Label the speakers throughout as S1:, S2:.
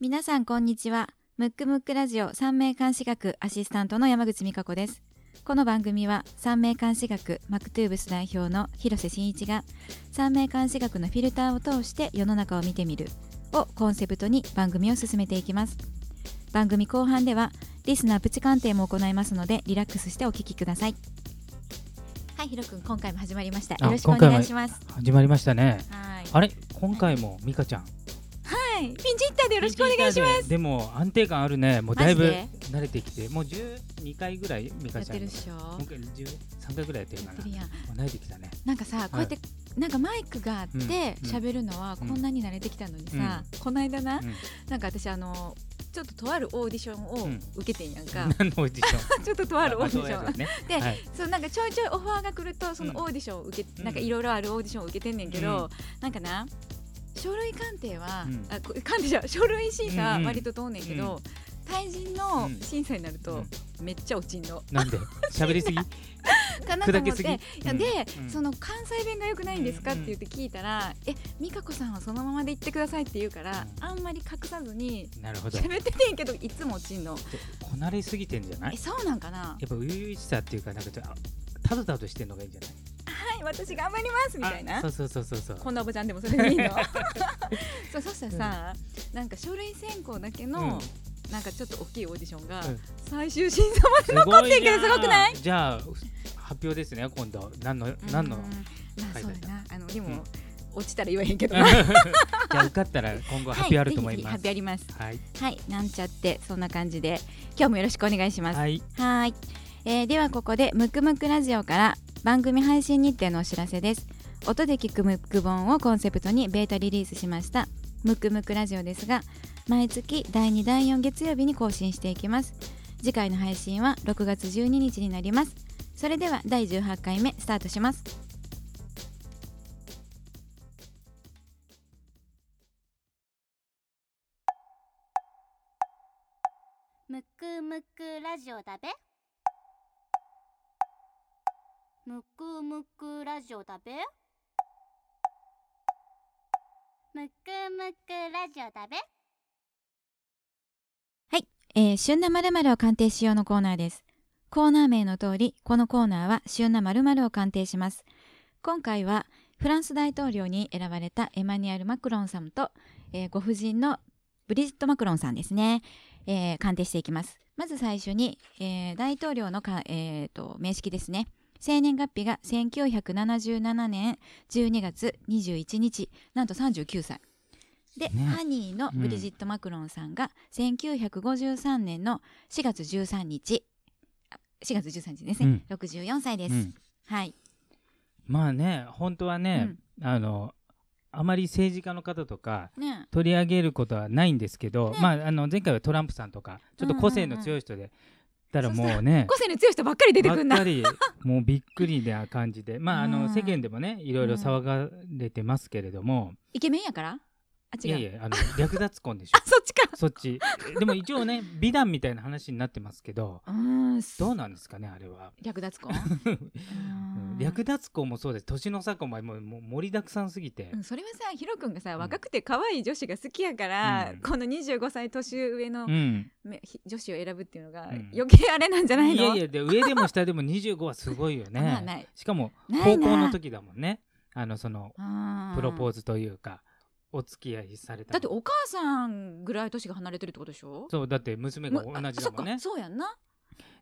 S1: 皆さんこんにちはムックムックラジオ三名監視学アシスタントの山口美香子ですこの番組は三名監視学マクトゥーブス代表の広瀬真一が三名監視学のフィルターを通して世の中を見てみるをコンセプトに番組を進めていきます番組後半ではリスナープチ鑑定も行いますのでリラックスしてお聞きくださいはいひろくん今回も始まりました
S2: あ
S1: よろしくお願いします
S2: 始まりましたね
S1: はい
S2: あれ今回も美香ちゃんよ
S1: はいピンチヒッターでよろしくお願いします
S2: すでも安定感あるねもうだいぶ
S1: マ
S2: 慣れてきてもう12回ぐらい美
S1: や
S2: 香
S1: っ
S2: ちゃ
S1: て
S2: ん
S1: るっ
S2: 今
S1: しょ
S2: 回13回ぐらいやってる
S1: や
S2: か
S1: って
S2: な
S1: る
S2: も
S1: やん
S2: う慣れてきたね
S1: なんかさこうやって、なんかマイクがあって
S2: うんうん
S1: 喋るのはこんなに慣れてきたのにさ、こないだな、
S2: うん
S1: なんか私あのちょっととあるオーディション
S2: う
S1: を
S2: ん
S1: 受けてんやんか、
S2: 何のオーディショ ン
S1: ちょっととあるオーディシ
S2: まあそうや
S1: ョン
S2: るね
S1: で
S2: はい
S1: そうなんかちょいちょいオファーが来るとその
S2: うん
S1: オーディションを受け、
S2: うん
S1: なんかいろいろあるオーディションを受けてんねんけど、
S2: うん
S1: なんかな書類鑑定は、
S2: うん
S1: あこ鑑定じゃない書類審査は
S2: うんうん
S1: 割と通んねんけど、
S2: う
S1: 対人の
S2: うん
S1: 審査になるとめっちゃ落ちんの。
S2: なんで 喋りすぎ
S1: かなと思
S2: 砕
S1: って
S2: けすぎ
S1: いやで、
S2: うん
S1: その関西弁が良くないんですかっ
S2: うん
S1: て言って聞いたら、え美香子さんはそのままで言ってくださいって言うから、
S2: うん
S1: あんまり隠さずに
S2: なるほど
S1: 喋っててんけどいつも落ちんの
S2: こなれすぎてんじゃない
S1: えそうなんかな
S2: やっぱ初々しさっていうかなんかちょっとあたどたどしてんのがいいんじゃない
S1: はい私頑張りますみたい
S2: あ
S1: な
S2: そうそうそうそうそう
S1: こんなおばちゃんでもそれでいい の そうそしたらさ、なんか書類選考だけの、なんかちょっと大きいオーディションが、
S2: うん
S1: 最終審査まで残ってるけどすごくない
S2: いじゃあ発表ですね今度何の何の
S1: うんまあ
S2: 書い
S1: そう
S2: てあった
S1: だなあのでも、
S2: うん
S1: 落ちたら言わへんけど
S2: じゃ
S1: な
S2: あ受かったら今後発表あると思いま
S1: はぜひぜひ発
S2: す。
S1: 表あります
S2: はい。
S1: はい、なんちゃってそんな感じで今日もよろしくお願いします。は
S2: はい。
S1: ーい、えーではここでムクムクラジオから番組配信日程のお知らせです。音で聞くムック本をコンセプトにベータリリースしましたムクムクラジオですが毎月第2第4月曜日に更新していきます次回の配信は6月12日になりますそれでは第18回目スタートします
S3: むくむくラジオだべむくむくラジオだべむくむくラジオだべ
S1: えー、旬な〇〇を鑑定しようのコーナーです。コーナー名の通り、このコーナーは旬な〇〇を鑑定します。今回はフランス大統領に選ばれたエマニュエル・マクロンさんと、えーご婦人のブリジット・マクロンさんですね、えー鑑定していきます。まず最初に、えー大統領のか、えーと名式ですね。生年月日が1977年12月21日、なんと39歳。で、
S2: ね
S1: ハニーのブリジット・マクロンさんが1953年の4月13日あ4月13日ですね、64歳です、
S2: うん
S1: はい、
S2: まあね、本当はね、あのあまり政治家の方とか
S1: うんね
S2: 取り上げることはないんですけど、
S1: ね
S2: まああの前回はトランプさんとかちょっと個性の強い人で、たらもうね。
S1: 個性の強い人ばっかり出て
S2: ば
S1: く
S2: っ
S1: んな
S2: かりもうびっくりな感 じでまああ
S1: う
S2: の
S1: ん
S2: 世間でもねいろいろ騒がれてますけれども、
S1: イケメンやからあ違
S2: いうやいやあの略奪婚でし
S1: あそっちか
S2: ょそっちでも一応ね美談みたいな話になってますけど
S1: うー
S2: ど
S1: ん
S2: うなんですかねあれは
S1: 略奪 婚う
S2: うん
S1: ん
S2: 略奪婚もそうです年の差婚ももうもう盛りだくさんすぎて、
S1: うんそれはさヒロ君がさ
S2: うん
S1: 若くて可愛い女子が好きやから、
S2: うん
S1: この25歳年上の
S2: うん
S1: めひ女子を選ぶっていうのが
S2: ん
S1: 余計あれなんじゃないの、
S2: やいやで上でも下でも25はすごいよね
S1: まあない
S2: しかも
S1: ない
S2: 高
S1: な
S2: 校の時だもんねあのそのプロポー
S1: ズ
S2: ズというか、お付き合いされた
S1: だってお母さんぐらい年が離れてるってことでしょ
S2: そうだって娘が同
S1: むあ
S2: じだもんね
S1: そっかそうやんな、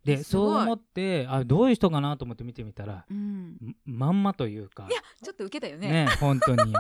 S2: です
S1: ご
S2: そ
S1: いう
S2: 思ってあどういう人かなと思って見てみたら
S1: うん、
S2: んまんまというか
S1: いやちょっと受けたよね
S2: ね本当にだ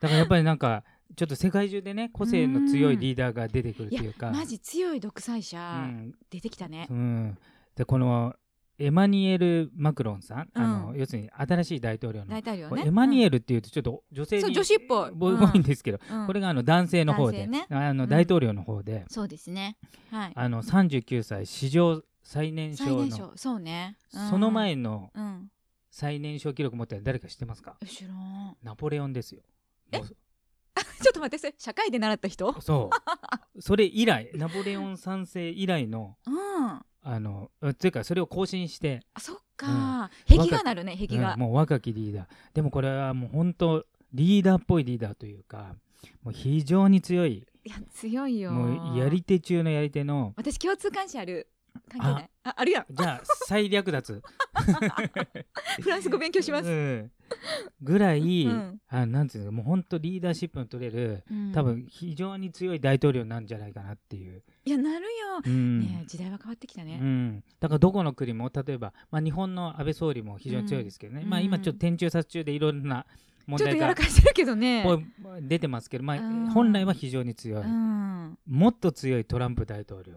S2: からやっぱりなんかちょっと世界中でね個性の強いリーダーが出てくるというか
S1: マジ強い独裁
S2: う
S1: 者
S2: ん、
S1: 出てきたね、
S2: うん、でこのエマニュエル・マクロンさん、
S1: う
S2: あの
S1: ん
S2: 要するに新しい大統領の
S1: 大統領ね
S2: エマニュエ
S1: ル、
S2: ルっていうとちょっと女性に、
S1: そう女子っぽい
S2: ぼ
S1: うん
S2: 多いんですけど、
S1: うん
S2: これがあの男性の方
S1: 男
S2: で、
S1: 性ね
S2: あ
S1: う
S2: の
S1: ん
S2: 大統領の方で、
S1: そうですねはい
S2: あの39歳史上最年少
S1: 最
S2: の
S1: 年少そうね、うん
S2: その前の
S1: うん
S2: 最年少記録持ってるの誰か知ってますか
S1: 後ろん
S2: ナポレオンですよ。もう
S1: ちょっと待ってそれ社会で習った人
S2: そう。それ以来、ナポレオン三世以来の、
S1: うんあ
S2: あの、というかそれを更新して、
S1: そっ
S2: う
S1: か、
S2: ん
S1: 壁がなるね壁が、
S2: うんもう若きリーダーでもこれはもう本当リーダーっぽいリーダーというかもう非常に強い
S1: いや強いよ
S2: もうやり手中のやり手の
S1: 私共通関心ある関係ないああるやん
S2: じゃあ再略 奪
S1: フランス語勉強します、
S2: うんぐらい、
S1: うん
S2: あなんていうのもう本当リーダーシップの取れる
S1: うん
S2: 多分非常に強い大統領なんじゃないかなっていう、
S1: いやなるよ、
S2: うん
S1: ねえ時代は変わってきた
S2: う
S1: ね、
S2: ん、だからどこの国も例えば、まあ、日本の安倍総理も非常に強いですけどね、
S1: うん
S2: まあ、今
S1: うん
S2: ちょっと天中殺中でいろんな問
S1: ちょっと
S2: 題
S1: や
S2: が
S1: らかしてるけどね
S2: こう出てますけど、ま
S1: うん
S2: あ、本来は非常に強い、
S1: うん
S2: もっと強いトランプ大統領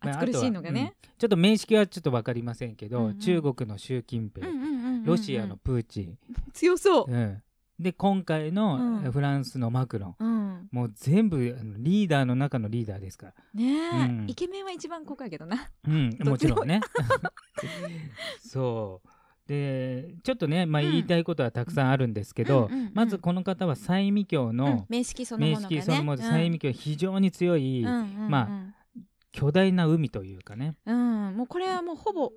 S2: まあ
S1: 暑苦しいのが
S2: あとは
S1: ね、
S2: うんちょっと面識はちょっと分かりませんけど、
S1: うんうん
S2: 中国の習近
S1: うん
S2: 平、
S1: うんうんうんうん
S2: ロシアのプーチン、
S1: 強そう、
S2: うんで今回
S1: うん
S2: のフランスのマクロン、
S1: うん、
S2: もう全部あのリーダーの中のリーダーですから。
S1: ねえ、
S2: うん
S1: イケメンは一番濃いけどな
S2: うん、
S1: どっ
S2: も
S1: ち
S2: ち
S1: も
S2: ろんね。そう。で、ちょっとね、まあ、
S1: うん
S2: 言いたいことはたくさんあるんですけど、
S1: うんうんうん
S2: まずこの方は西見教
S1: うん
S2: の
S1: 面識そのも
S2: 名
S1: のがね
S2: 式そのもの、西見教非常に強い、
S1: うんうんうんうん
S2: ま巨大な海というかね、
S1: うん、もうこれはもうほぼ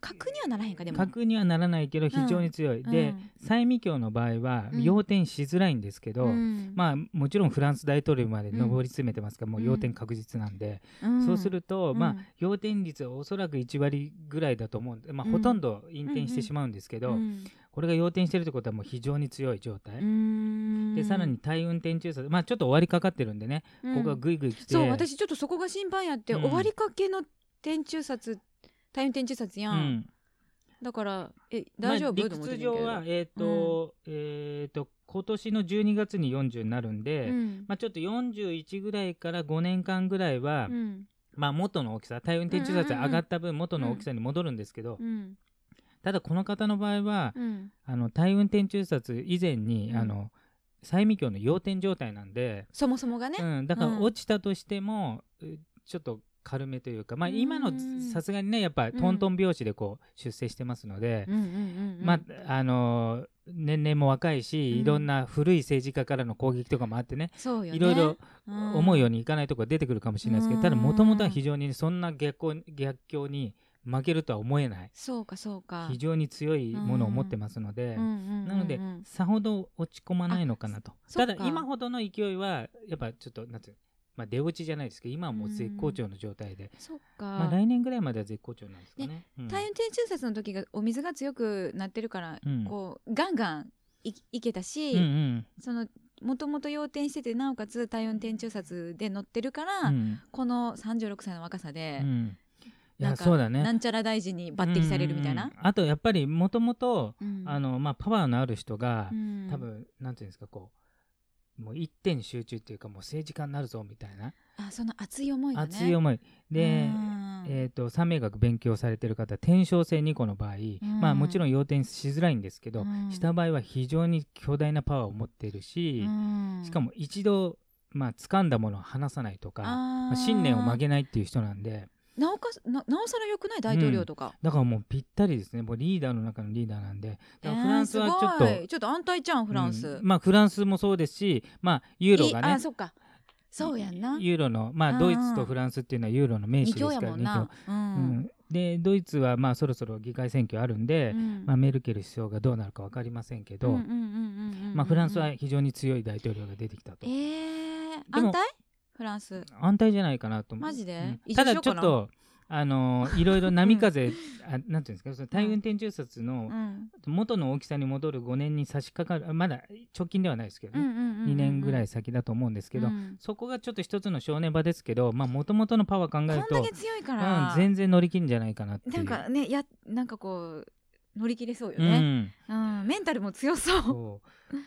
S1: 核にはならへんかでも
S2: 核にはならないけど非常に強い。で、西見教の場合は
S1: うん
S2: 要点しづらいんですけど、
S1: あ、
S2: まあ、もちろんフランス大統領まで上り詰めてますから、もう要
S1: うん
S2: 点確実なんで、
S1: ん
S2: そうすると、
S1: う
S2: まあ
S1: ん、
S2: 要点率はおそらく1割ぐらいだと思うんで、まあ、
S1: うん
S2: ほとんど引転してしまうんですけど、
S1: うん
S2: これが要点してるってことはもう非常に強い状態、
S1: うん
S2: でさらに対運転中殺、まあ、ちょっと終わりかかってるんでね、
S1: うん
S2: ここがぐいぐい来て
S1: そう私ちょっとそこが心配やって、
S2: うん
S1: 終わりかけの天中殺大運天中殺
S2: う
S1: やん、
S2: ん、
S1: だからえ大丈夫、
S2: ま
S1: と
S2: あ、理
S1: 思って
S2: 屈
S1: んけど
S2: 上は、えっ、と、えっ、と今年の12月に40になるんで、
S1: うん
S2: まあ、ちょっと41ぐらいから5年間ぐらいは、
S1: うん
S2: まあ、元の大きさ対運転中殺が上がった分元の大きさに戻るんですけど、
S1: うん
S2: ただこの方の場合は、
S1: うん
S2: あの対運転中殺以前に、
S1: うん
S2: あの債務教の要点状態なんで、
S1: そもそもがね、
S2: うん、だか
S1: う
S2: ら
S1: ん
S2: 落ちたとしても、うちょっと軽めというか、まあ、
S1: うん
S2: 今のさすがにねやっぱトントン拍子でこう出世してますので、
S1: うんうんうん
S2: まああの年齢も若いし、
S1: うん
S2: いろんな古い政治家からの攻撃とかもあってね
S1: そうよね
S2: いろいろ
S1: うん
S2: 思うようにいかないとこ出てくるかもしれないですけど、ただ
S1: うん
S2: もともとは非常にそんな逆行逆境に負けるとは思えない
S1: そうかそうか
S2: 非常に強いものを持ってますので。な
S1: な
S2: ので、さほど落ち込まないのかなと。
S1: そ
S2: た
S1: っか
S2: だ、今ほどの勢いは、やっぱちょっと、なんていうのまあ、出落ちじゃないですけど、今はもう絶好調の状態で、
S1: そっ
S2: まあ、
S1: か
S2: 来年ぐらいまでは絶好調なんですかね。うん
S1: 体温天中殺の時がお水が強くなってるから、
S2: うん
S1: こうガンガンいいけたし、
S2: うんうん
S1: そのもともと要点しててなおかつ体温天中殺で乗ってるから、
S2: うん
S1: この36歳の若さ
S2: う
S1: で、
S2: んい
S1: なん
S2: や、
S1: か
S2: そうだ
S1: な
S2: ね。
S1: んちゃら大臣に抜擢されるみたい
S2: うん
S1: な
S2: うん。あと、やっぱり、もともと、
S1: うん
S2: あ、の、まあ、パワーのある人が
S1: う、ん
S2: 多分、なんていうんですか、こう、もう一点に集中っていうか、もう政治家になるぞ、みたいな、
S1: あその熱い思いがね
S2: 熱い思い。で、
S1: うん
S2: えー、と三名学勉強されてる方天正性2個の場合、
S1: ん
S2: まあ、もちろん要点しづらいんですけど、
S1: うん
S2: した場合は非常に巨大なパワーを持っているし、
S1: うん
S2: しかも一度、まあ掴んだものを離さないとか、
S1: あ
S2: まあ
S1: ー
S2: 信念を曲げないっていう人なんで
S1: なおかななおさら良くない大統領とか、
S2: だからもうぴったりですねもうリーダーの中のリーダーなんでだから
S1: えー
S2: フランスはちょっと、
S1: すごいちょっと安泰じゃんフランス、
S2: うんまあ、フランスもそうですし、まあ、ユーロが
S1: い
S2: ね
S1: あそっかそうやんな
S2: ユーロの、ま
S1: あー
S2: あ、ドイツとフランスっていうのはユーロの名
S1: 二
S2: 手ですか
S1: 強
S2: ら
S1: やもん
S2: 二強
S1: なう
S2: うんんでドイツはまあそろそろ議会選挙あるんで、
S1: うん
S2: まあ、メルケル首相がどうなるか分かりませんけど、
S1: うんうんうんうんうん
S2: まあ、フランスは非常に強い大統領が出てきたと
S1: え。ー、
S2: でも
S1: 安泰フランス
S2: 安泰じゃないかなと思う
S1: マジで
S2: うん
S1: 移住し
S2: ただ
S1: よう
S2: ち
S1: か
S2: ょ
S1: な
S2: っと、あのーいろいろ波風、あなんていうんですか、その対運転中殺
S1: う
S2: の
S1: ん
S2: 元の大きさに戻る5年に差し掛かる、あまだ直近ではないですけど
S1: うんう
S2: ね、
S1: んうんうん
S2: 2年ぐらい先だと思うんですけど、
S1: うん
S2: そこがちょっと一つの正念場ですけど、まあ、もともとのパワー考
S1: こん
S2: えると、
S1: だけ強いから、
S2: うん全然乗り切るんじゃないかなっていう。
S1: なんかねやなんかこう乗り切れそうよ
S2: う
S1: ね、
S2: ん
S1: うんメンタルも強そう
S2: そ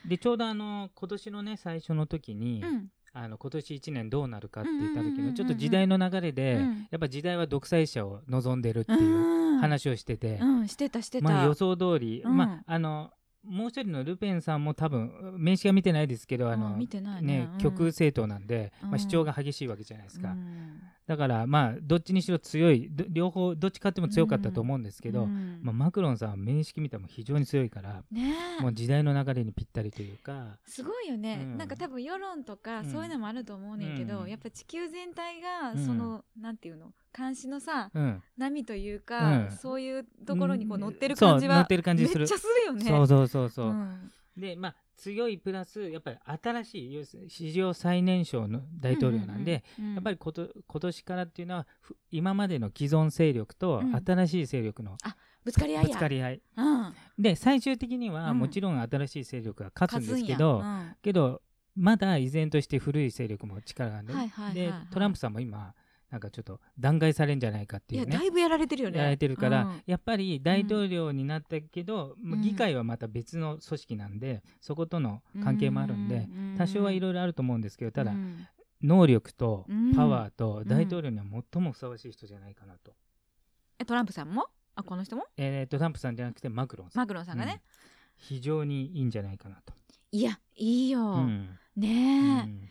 S2: うでちょうどあの今年のね最初の時に、
S1: うん
S2: あの今年1年どうなるかって言った
S1: うんうん
S2: 時
S1: うんうんうん
S2: のちょっと時代の流れで、
S1: うん
S2: やっぱ時代は独裁者を望んでるっていう
S1: うん
S2: 話をしてて、
S1: うんしてたしてた、
S2: まあ、予想通り、
S1: うん
S2: まああのもう一人のルペンさんも多分名刺は見てないですけどあ
S1: う
S2: の
S1: ん見てないね
S2: ね
S1: うん
S2: 極右政党なんで、
S1: うん
S2: まあ、主張が激しいわけじゃないですか、
S1: うん
S2: だからまあどっちにしろ強いど両方どっち勝っても強かったと思うんですけ
S1: う
S2: ど、
S1: ん
S2: まあ、マクロンさんは面識見たらもう非常に強いから、
S1: ねえ
S2: もう時代の流れにぴったりというか。
S1: すごいよね、
S2: うん
S1: なんか多分世論とか
S2: うん
S1: そういうのもあると思うねんけど、
S2: うん
S1: やっぱ地球全体が
S2: うん
S1: その、なんていうの監視のさ
S2: うん、
S1: 波というか、
S2: うん
S1: そういうところにこう乗ってる
S2: そう
S1: 感じは
S2: 乗ってる感じする
S1: めっちゃするよね。
S2: そうそうそうそう、
S1: うん
S2: でまあ強いプラスやっぱり新しい要するに史上最年少の大統領なんで、
S1: うんうんうん、
S2: やっぱ
S1: り
S2: りこと今年からっていうのはふ今までの既存勢力と
S1: うん
S2: 新しい勢力の
S1: ぶつかり合いや
S2: ぶつかり合い、
S1: うん、
S2: で最終的には
S1: うん
S2: もちろん新しい勢力が勝
S1: 勝
S2: つん
S1: つ
S2: で
S1: ん
S2: すけ
S1: や
S2: ど、
S1: うん
S2: けどまだ依然として古い勢力も力があるんで,、
S1: はいはいはいはい
S2: でトランプさんも今なんかちょっと弾劾されるんじゃないかって
S1: い
S2: い
S1: や
S2: うね
S1: だいぶやられてるよね
S2: やられてるから、
S1: うん
S2: やっぱり大統領になったけど、まあ
S1: うん
S2: 議会はまた別の組織なんでそことの関係もあるんで、
S1: う
S2: 多少はい
S1: ろ
S2: ろいろあると思うんですけどただ、
S1: うん
S2: 能力と
S1: うん
S2: パワーと大統領には最もふさわしい人じゃないかなと,、
S1: えトランプさんもあこの人も
S2: えー、トランプさんじゃなくてマクロンさん、
S1: マクロンさんがね、
S2: 非常にいいんじゃないかなと。
S1: いやいいよ、
S2: うん
S1: ね
S2: う
S1: え、
S2: ん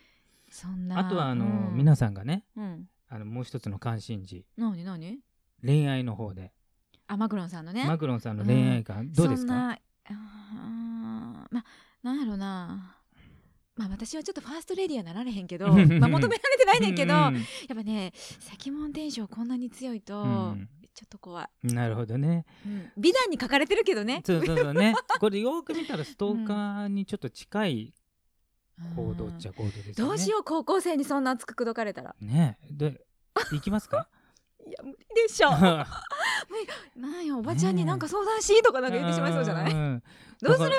S1: そんな
S2: あとはあの、
S1: うん、
S2: 皆さんがね
S1: うん
S2: あのもう一つの関心事
S1: 何何
S2: 恋愛の方で
S1: あマクロンさんのね
S2: マクロンさんの恋愛観どうです
S1: そん
S2: か
S1: なうーんまあなんやろうなまあ私はちょっとファーストレディーはなられへんけ どまあ求められてないねんけど、
S2: う
S1: や
S2: ん
S1: っぱね赤門天章こんなに強いと、
S2: うん
S1: ちょっと怖い、
S2: なるほどね
S1: うん美談に書かれてるけどね
S2: そうそうそ うねこれよく見たらストーカーにちょっと近い行動っち
S1: ゃ
S2: ゃ行動ですよね
S1: どうしよう高校生にそんな熱く口説かれたら
S2: うねで行きます か
S1: いや無理でしょなんやおばちゃんになんか相談しとかなんか言ってしまいそうじゃない、
S2: い
S1: どうする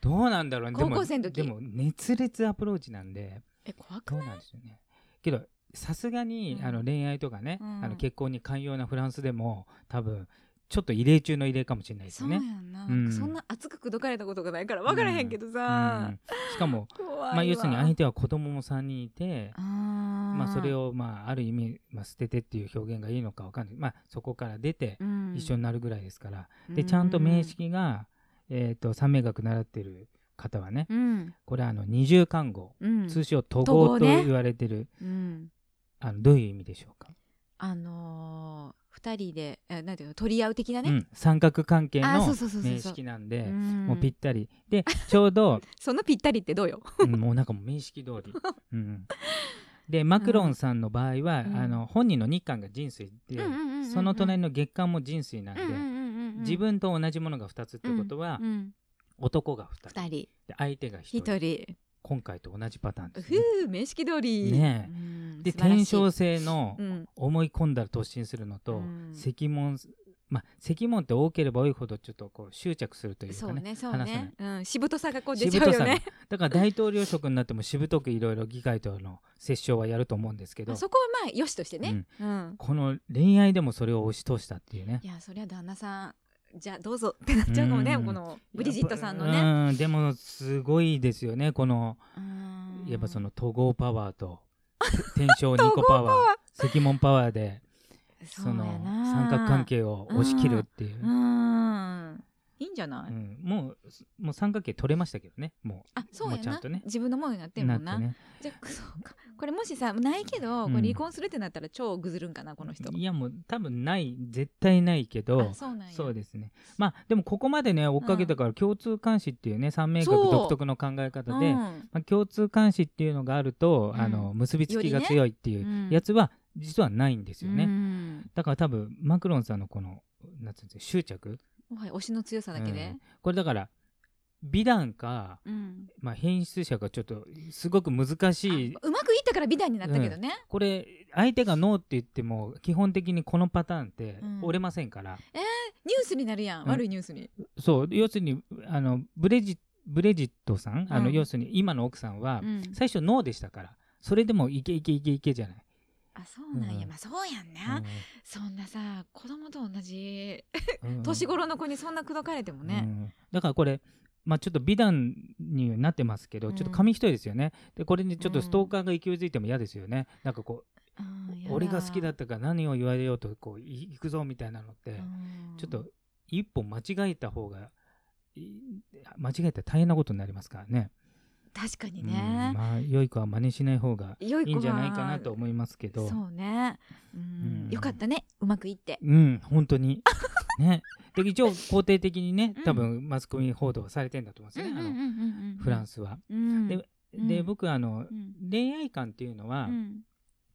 S2: どうなんだろうねでも
S1: 高校生の時
S2: でも熱烈アプローチなんで
S1: え怖く
S2: どう
S1: ない
S2: なんですよねけどさすがに、
S1: うん
S2: あの恋愛とかね、
S1: うん
S2: あの結婚に寛容なフランスでも多分ちょっと異例中の異例かもしれないです
S1: そ
S2: よ
S1: うや
S2: ね。
S1: んな、
S2: うん
S1: そんな熱く口説かれたことがないから分からへんけどさ、
S2: うんしかも、
S1: 怖いわ、
S2: まあ、要するに相手は子供も3人いて
S1: あー
S2: まあ、それを、まあ、ある意味、まあ、捨ててっていう表現がいいのかわかんない、まあ、そこから出て
S1: うん
S2: 一緒になるぐらいですから、でちゃんと名、識が、えー、と三名学習ってる方はね
S1: うん
S2: これあの二重看護
S1: うん
S2: 通称都
S1: 都
S2: 合
S1: 合
S2: と
S1: ね
S2: 言われてる、
S1: うん
S2: あのどういう意味でしょうか
S1: あのー二人でえなんていうの取り合う的なね、
S2: うん、三角関係
S1: あーそ
S2: の
S1: うそうそうそう
S2: 名
S1: そう
S2: 式なんで
S1: ん
S2: もうぴったりでちょうど、
S1: そのぴったりってどうよ、
S2: うんもうなんかもう名 式通り、うん、でマクロンさんの場合は、
S1: うん
S2: あの本人の日韓が人水で、
S1: うんうんうんうんうん
S2: その隣の月間も人水なんで、
S1: うんうんうんうん
S2: 自分と同じものが2つってことは、
S1: うん
S2: 男が2人
S1: 二人
S2: で相手が1人
S1: 一人
S2: 今回と同じパターンです、ね、
S1: ふう名式通り
S2: ねえ
S1: うん
S2: で
S1: 素晴らし
S2: 天
S1: い
S2: 正性の
S1: うん
S2: 思い込んだら突進するのと、
S1: うん
S2: 赤門まあ赤門って多ければ多いほどちょっとこう執着するというか
S1: そう
S2: ね
S1: ねそう
S2: 話せない
S1: ね、うん、しぶとさがこう
S2: し
S1: 出
S2: ぶ
S1: ちゃう
S2: と
S1: よ
S2: さが
S1: ね
S2: だから大統領職になってもしぶとくいろいろ議会との折衝はやると思うんですけど
S1: あそこはまあよしとしてね、うん、
S2: この恋愛でもそれを押し通したっていうね
S1: いやそりゃ旦那さんじゃあどうぞってなっちゃうかもね
S2: うん
S1: このブリジットさんの
S2: や
S1: ね
S2: っぱうんでもすごいですよねこの
S1: うん
S2: やっぱその統合パワー と天正2
S1: 統合
S2: 個パ
S1: パ
S2: ワー赤門パワーで
S1: そ
S2: そう
S1: や
S2: の
S1: な
S2: 三角関係を押し切るっていう
S1: う。んいいんじゃない、
S2: うんもうもう三角形取れましたけどねもう
S1: あそうや
S2: もうちゃん
S1: な、
S2: とね
S1: 自分のものになってるもんな
S2: ってね
S1: じゃあそうかこれもしさないけどこ
S2: うん
S1: れ離婚するってなったら超ぐずるんかなこの人
S2: いやもう多分ない絶対ないけど
S1: あそうなんや
S2: そうですねまあでもここまでね追っかけたから共通監視っていうね三名学独特の考え方で、
S1: う
S2: ま
S1: ん
S2: あ、共通監視っていうのがあると、
S1: うん
S2: あの結びつき
S1: よ
S2: が
S1: りね
S2: 強いって
S1: う
S2: い
S1: ん
S2: うやつは実はないんですよね、
S1: うん
S2: だから多分マクロンさんのこのなんつうんですか執着
S1: もはや推しの強さだけで
S2: うん、これだから美談か、
S1: うん
S2: まあ、変質者がちょっとすごく難しい
S1: あうまくいったから美談になったけどね、
S2: これ相手がノーって言っても基本的にこのパターンって
S1: うん
S2: 折れませんから、
S1: ニュースになるやん、
S2: うん
S1: 悪いニュースに
S2: そう要するにあのブレジブレジットさん、あの
S1: うん
S2: 要するに今の奥さんは、
S1: うん
S2: 最初ノーでしたからそれでもいけいけいけいけじゃない、
S1: あそうなんや、
S2: うん
S1: まあそうやんな、そんなさ子供と同じ
S2: うんうん
S1: 年頃の子にそんな口説かれてもね
S2: う、んだからこれまあちょっと美談になってますけど、
S1: うん
S2: ちょっと紙一重ですよねでこれにちょっとストーカーが勢いづいても嫌ですよねなんかこ
S1: うん
S2: う
S1: やだ
S2: 俺が好きだったから何を言われようとこうい行くぞみたいなのって、
S1: うん
S2: ちょっと一歩間違えた方がい間違えたら大変なことになりますからね。
S1: 確かに
S2: うん
S1: ね、
S2: まあ良い子は真似しない方が
S1: 良い
S2: い
S1: 子
S2: い
S1: は
S2: んじゃないかなと思いますけど。
S1: そうね、うん
S2: うん
S1: よかったねうまくいって
S2: うん本当 にね。で一応肯定的にね
S1: うん
S2: 多分マスコミ報道はされてんだと思うんですよね、あのフラン
S1: ス、
S2: スは。
S1: うん
S2: で
S1: う
S2: で
S1: ん
S2: 僕はあの
S1: うん
S2: 恋愛観っていうのは、
S1: うん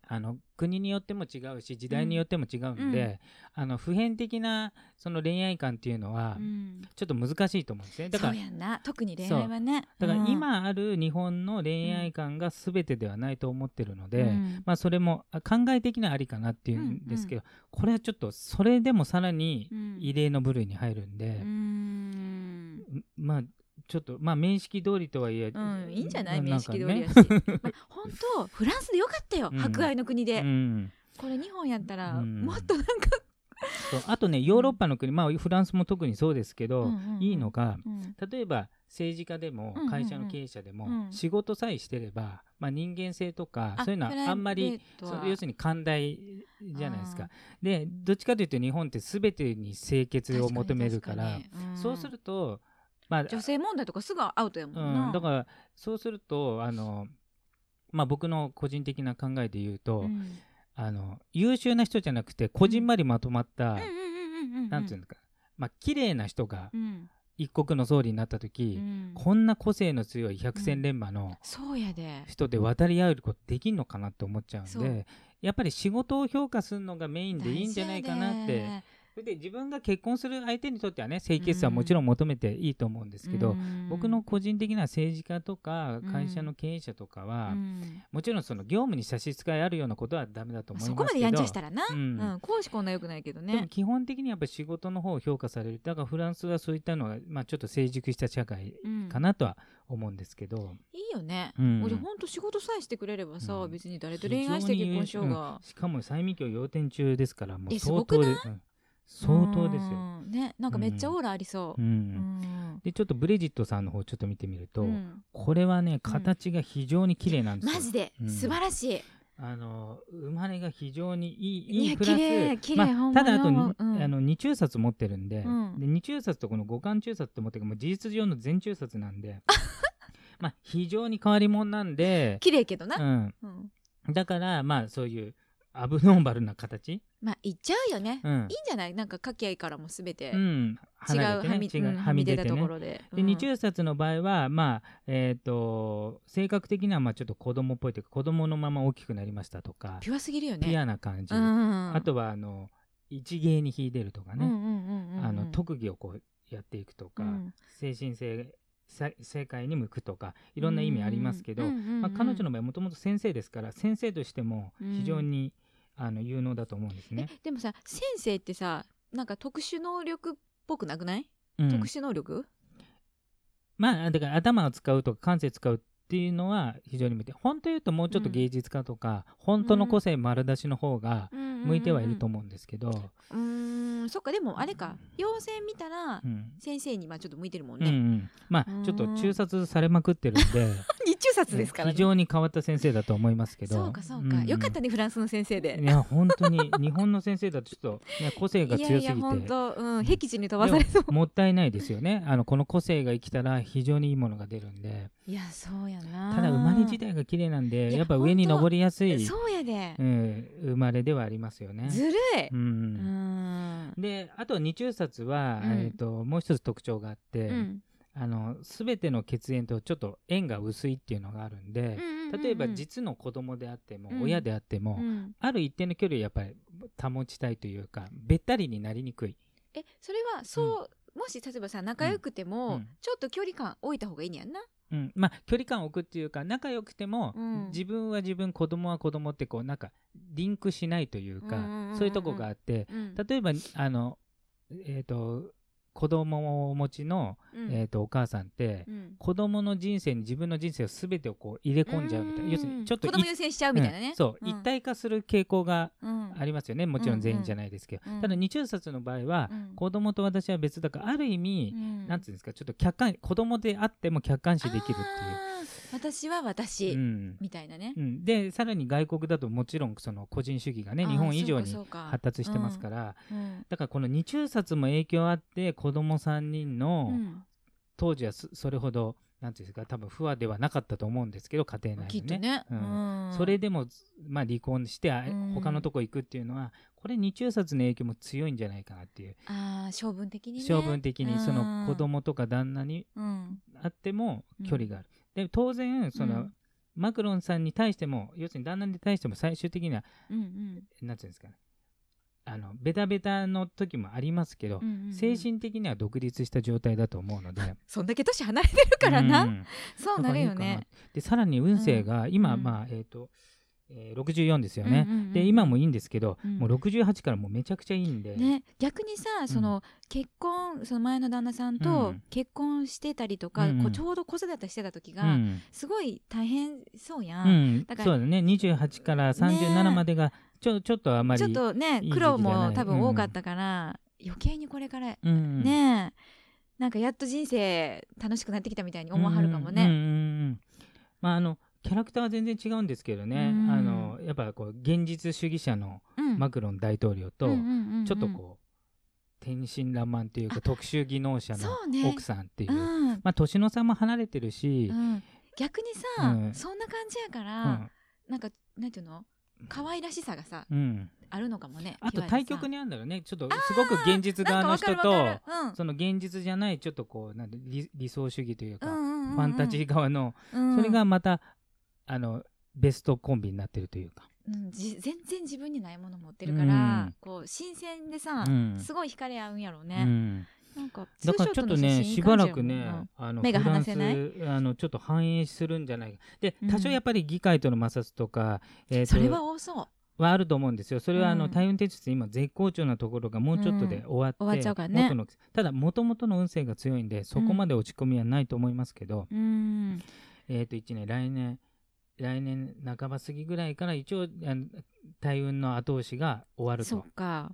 S2: あの国によっても違うし時代によっても違うんで、あの普遍的なその恋愛観っていうのは
S1: うん
S2: ちょっと難しいと思うんですね。だか
S1: そ
S2: ら
S1: うやんな特に恋愛はね
S2: だから
S1: うん
S2: 今ある日本の恋愛観が全てではないと思ってるの
S1: う
S2: で、
S1: ん
S2: まあ、それもあ考え的なありかなっていうんですけど、これはちょっとそれでもさらに
S3: うん
S2: 異例の部類に入るんで
S1: う、ん
S2: まあちょっとまあ面識通りとはいえ、
S1: うん、いいんじゃない、面
S2: まあか
S1: 識通り
S2: ね
S1: やし。まあ本当、フランスでよかったよ、
S2: うん
S1: 博愛の国で。
S2: うん、
S1: これ日本やったら、
S2: うん
S1: もっとなんか、
S2: そうあとねヨーロッパの国、まあ、フランスも特にそうですけど、
S1: うんうんうん
S2: いいのが
S1: うん
S2: 例えば政治家でも
S1: うんうんうん
S2: 会社の経営者でも、
S1: うん
S2: 仕事さえしてれば、まあ、人間性とかそういうのはあんまり。
S1: プライベート
S2: そ
S1: は
S2: う要するに寛大じゃないですか。でどっちかというと日本って全てに清潔を求めるから
S1: 確に確かにん
S2: そうするとまあ
S1: 女性問題とかすぐアウトやもんな。
S2: うん、だからそうするとあの、まあ、僕の個人的な考えで言うと、
S1: うん、
S2: あの優秀な人じゃなくてこじんまりまとまった、なんてい
S1: の、
S2: うのか、まあ綺麗な人が
S1: うん
S2: 一国の総理になった時、
S1: うん
S2: こんな個性の強い百戦錬磨の、
S1: そうやで。
S2: 人で渡り合えることできんのかなって思っちゃうん
S1: そ
S2: で
S1: う
S2: やっぱり仕事を評価するのがメインでいいんじゃないかなっ
S1: 大事や
S2: て
S1: で
S2: それで自分が結婚する相手にとってはね清潔さはもちろん求めていいと思うんですけど、
S1: うん
S2: 僕の個人的な政治家とか会社の経営者とかは、
S1: うん
S2: もちろんその業務に差し支えあるようなことはダメだと
S1: まあ
S2: 思います
S1: そこまで
S2: けど、
S1: やんちゃしたらな。
S2: う
S1: うんん、講師こんな良くないけど
S2: でも
S1: ね。
S2: 基本的にやっぱり仕事の方を評価されるだからフランスはそういったのが、まあ、ちょっと成熟した社会
S1: うん
S2: かなとは思うんですけど、
S1: いいよね。
S2: うん
S1: 俺ほんと仕事さえしてくれればさ、
S2: うん
S1: 別に誰と恋愛して
S2: 非常
S1: 結
S2: に
S1: 婚しようが、
S2: うんしかも催眠教要点中ですからもう
S1: え
S2: 相当で、
S1: す
S2: うん相当ですよ、
S1: うんねなんかめっちゃオーラありそうう、
S2: ん
S1: うん
S2: でちょっとブレジットさんの方ちょっと見てみると、
S1: うん
S2: これはね形が非常に綺麗なんですよ、
S1: マジで
S2: うん
S1: 素晴らしい、
S2: あの生まれが非常にいい
S1: い
S2: いい
S1: や
S2: プラ
S1: 綺麗
S2: ス、
S1: 綺麗ほんまに
S2: ただあとに、
S1: 思ううん
S2: あの二中札持ってるんで,、
S1: うん
S2: で二中札とこの五冠中札って持ってるもう事実上の全中札な んでまあ非常に変わり者なんで、
S1: 綺麗けどな、
S2: うん、
S1: うん
S2: だからまあそういうアブノーマルな形、
S1: まあ行っちゃうよね、
S2: うん
S1: いいんじゃないなんか家計からもすべて、
S2: う、
S1: 違うん
S2: 離れてね
S1: はみ,、
S2: 違う
S1: は
S2: は
S1: み
S2: み
S1: 出
S2: 出
S1: た
S2: て
S1: とこ
S2: ね。
S1: ろで,うん、
S2: で二重冊の場合は、まあえー、と性格的にはまあちょっと子供っぽいというか子供のまま大きくなりましたとか
S1: ピュアすぎるよね
S2: ピュアな感じ、
S1: うんうんうん、
S2: あとはあの一芸に秀でるとか
S1: うん
S2: ね、
S1: うんうんうんうん
S2: あの特技をこうやっていくとか、
S1: うん
S2: 精神性さ世界に向くとかいろんな意味ありますけど、
S1: うんうんうん
S2: まあ、彼女の場合もともと先生ですから先生としても非常に、あの有能だと思うんですね。
S1: えでもさ先生ってさなんか特殊能力っぽくなくない、
S2: うん
S1: 特殊能力
S2: まあだから頭を使うとか感性使うっていうのは非常に向いて本当言うともうちょっと芸術家とか、本当の個性丸出しの方が向
S1: 向
S2: いてはいると思うんですけど、
S1: うーんそっかでもあれか妖精見たら
S2: うん
S1: 先生にまあちょっと向いてるもん
S2: うんう
S1: ね、
S2: んま
S1: うん
S2: あちょっと中殺されまくってるんで
S1: 日中札ですから
S2: 非
S1: ね
S2: 常に変わった先生だと思いますけど
S1: そうかそうか、
S2: ん
S1: よかったねフランスの先生で
S2: いや本当に日本の先生だとちょっと、ね、個性が
S1: いや
S2: 強
S1: い
S2: すぎ
S1: や
S2: て
S1: 本当うん僻地に飛ばされそう
S2: でももったいないですよねあのこの個性が生きたら非常にいいものが出るんで
S1: いやそうやな
S2: ただ生まれ自体が綺麗なん
S1: い
S2: で
S1: や
S2: やっぱ上に登りやすい
S1: そうやで
S2: う、ん、生まれではありますよね。
S1: ずるい
S2: うん
S1: うん
S2: であとは二中札は、
S1: うん
S2: えー、ともう一つ特徴があって、
S1: うん
S2: あの全ての血縁とちょっと縁が薄いっていうのがあるんで、例えば実の子供であっても、
S1: うん
S2: 親であっても、
S1: うん
S2: ある一定の距離をやっぱり保ちたいというかべったりになりにくい。
S1: えそれはそう、もし例えばさ仲良くても、
S2: うん
S1: ちょっと距離感置いた方がいいんやんな、
S2: うん、まあ距離感を置くっていうか仲良くても、
S1: うん
S2: 自分は自分子供は子供ってこうなんかリンクしないというか、
S1: うんうんうんうん
S2: そういうとこがあって
S1: うん
S2: 例えばあのえっ、と子供をお持ちの、
S1: うん
S2: えー、とお母さんって、
S1: うん
S2: 子供の人生に自分の人生を全てをこう入れ込んじゃうみたいな要するにちょっと
S1: 子供優先しちゃうみたいなね、
S2: うんそう、一体化する傾向が
S1: うん
S2: ありますよねもちろん全員じゃないですけど、
S1: うんうん
S2: ただ二中札の場合は、
S1: うん
S2: 子供と私は別だからある意味、なんていうんですかちょっと客観子供であっても客観視できるっ
S1: あー私は
S2: て
S1: 私、
S2: いう。うん
S1: みたいなね
S2: う。ん、でさらに外国だともちろんその個人主義がね
S1: あー
S2: 日本以上
S1: そ
S2: に
S1: うかそうか
S2: 発達してますから、
S1: うん
S2: だからこの二中札も影響あって子供三3人の、
S1: うん
S2: 当時はそそれほどなんていうんですか多分不和ではなかったと思うんですけど家庭内
S1: きっ
S2: に
S1: と
S2: ね。
S1: ね。
S2: うん
S1: うん
S2: それでも、まあ、離婚して、あ
S1: うん
S2: 他のとこ行くっていうのはこれ二中札の影響も強いんじゃないかなっていう、
S1: ああ、性分的にね。
S2: 性分的にその子
S1: うん。
S2: 供とか旦那に
S1: うん
S2: あっても距離がある。で当然その、
S1: うん
S2: マクロンさんに対しても要するに旦那に対しても最終的には
S1: うんうん
S2: なんていうんですかねあのベタベタの時もありますけど、
S1: うんうんうん
S2: 精神的には独立した状態だと思うので
S1: そ んだけ年離れてるからな、
S2: うん
S1: そうなるよ
S2: だからいい
S1: ね
S2: かなでさらに運勢が今、
S1: うん
S2: まあえっ、と、えー、64ですよね、
S1: うんうんうん
S2: で今もいいんですけど、
S1: うん
S2: もう68からもうめちゃくちゃいいんで、
S1: ね、逆にさその、結婚その前の旦那さん
S2: う
S1: と
S2: ん
S1: 結婚してたりとか、
S2: うんうん
S1: こうちょうど子育てしてた時
S2: う
S1: が、
S2: ん
S1: すごい大変そうや、
S2: うんん
S1: だから
S2: そうだね28から
S1: ね
S2: 37までがちょちょっとあまり
S1: ちょっとね
S2: いい時期
S1: 苦
S2: じゃな
S1: 労
S2: い
S1: も多分多かったから、余計にこれから、
S2: うん
S1: ねなんかやっと人生楽しくなってきたみたいに思わはるかも
S2: うんう
S1: ね。
S2: んうんうんまああのキャラクターは全然違うんですけどね、
S1: うん
S2: あのやっぱこう現実主義者の
S1: うん
S2: マクロン大統領と、
S1: うんうんうんうん
S2: ちょっとこう天真爛漫というか特殊技能者の
S1: そうね
S2: 奥さんっていう
S1: うん
S2: まあ年の差も離れてるし、
S1: うん逆にさ、
S2: うん
S1: そんな感じやか
S2: う
S1: ら、
S2: ん
S1: なんかなんていうの可愛らしさがさ
S2: うん
S1: あるのかもね。
S2: あと
S1: キワイ
S2: 対
S1: さん
S2: 極にあるんだろうねちょっとすごく現実側の人
S1: なんかわかるわ
S2: と
S1: かるうん
S2: その現実じゃないちょっとこうなんて理理想主義というか、
S1: うんうんうんうん
S2: ファンタジー側の、
S1: うん
S2: それがまたあのベストコンビになってるというか。
S1: うんじ全然自分にないもの持ってるから、
S2: うん
S1: こう新鮮でさ、
S2: うん
S1: すごい惹かれ合うんやろう
S2: う
S1: ね、
S2: ん、
S1: なんか
S2: だからちょっとねしばらくね、あの
S1: 目が離せない
S2: フランスあのちょっと反映するんじゃないかで
S1: うん
S2: 多少やっぱり議会との摩擦とか、えー
S1: そ
S2: と
S1: れは多そう
S2: はあると思うんですよ。それはあの、
S1: うん
S2: 体運手術今絶好調なところがもうちょっとで終わって、
S1: うん終わっちゃうからね
S2: 元のただ元々の運勢が強いんでそこまで落ち込みはないと思いますけど、
S1: うん
S2: えっ、と1年来年来年半ば過ぎぐらいから一応あの大運の後押しが終わる
S1: そ
S2: と
S1: っか